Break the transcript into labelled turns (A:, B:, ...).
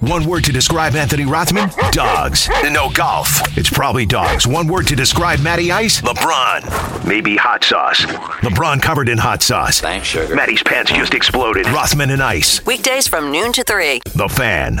A: One word to describe Anthony Rothman? Dogs. No golf. It's probably dogs. One word to describe Matty Ice? LeBron. Maybe hot sauce. LeBron covered in hot sauce.
B: Thanks, sugar.
A: Matty's pants just exploded. Rothman and Ice.
C: Weekdays from noon to 3.
A: The fan.